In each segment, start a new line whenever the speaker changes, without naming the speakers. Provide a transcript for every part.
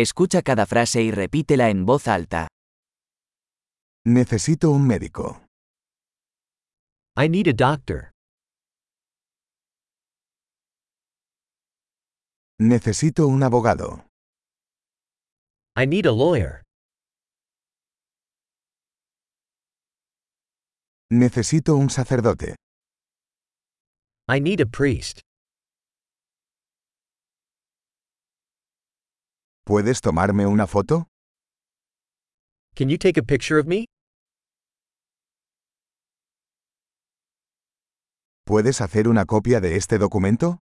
Escucha cada frase y repítela en voz alta.
Necesito un médico.
I need a doctor.
Necesito un abogado.
I need a lawyer.
Necesito un sacerdote.
I need a priest.
¿Puedes tomarme una foto?
Can you take a picture of me?
¿Puedes hacer una copia de este documento?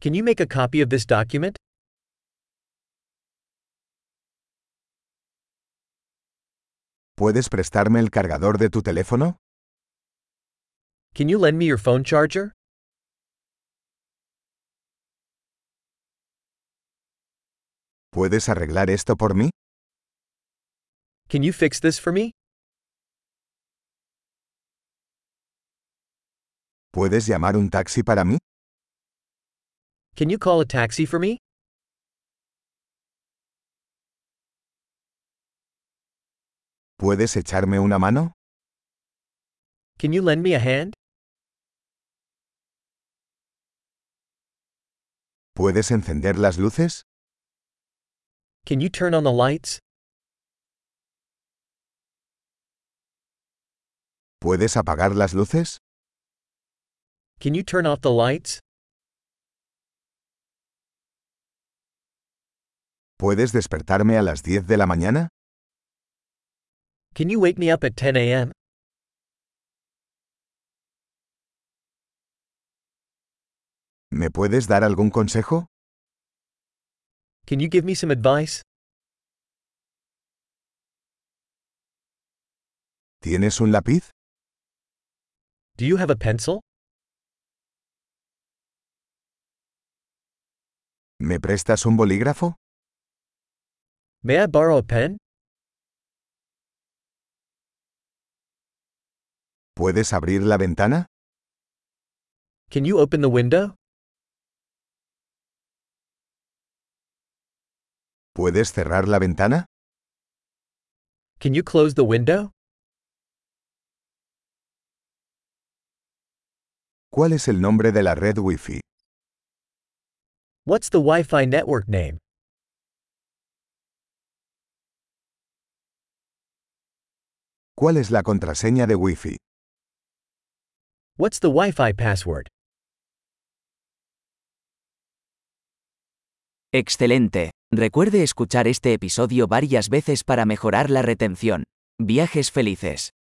Can you make a copy of this document?
¿Puedes prestarme el cargador de tu teléfono?
Can you lend me your phone charger?
¿Puedes arreglar esto por mí?
Can you fix this for me?
¿Puedes llamar un taxi para mí?
Can you call a taxi for me?
¿Puedes echarme una mano?
Can you lend me a hand?
¿Puedes encender las luces?
Can you turn on the lights?
¿Puedes apagar las luces?
Can you turn off the lights?
¿Puedes despertarme a las 10 de la mañana?
Can you wake me up at 10 a.m.?
¿Me puedes dar algún consejo?
Can you give me some advice?
¿Tienes un lápiz?
Do you have a pencil?
¿Me prestas un bolígrafo?
May I borrow a pen?
¿Puedes abrir la ventana?
Can you open the window?
¿Puedes cerrar la ventana?
Can you close the window?
¿Cuál es el nombre de la red Wi-Fi?
What's the Wi Fi network name?
¿Cuál es la contraseña de Wi-Fi?
What's the Wi Fi password?
Excelente. Recuerde escuchar este episodio varias veces para mejorar la retención. Viajes felices.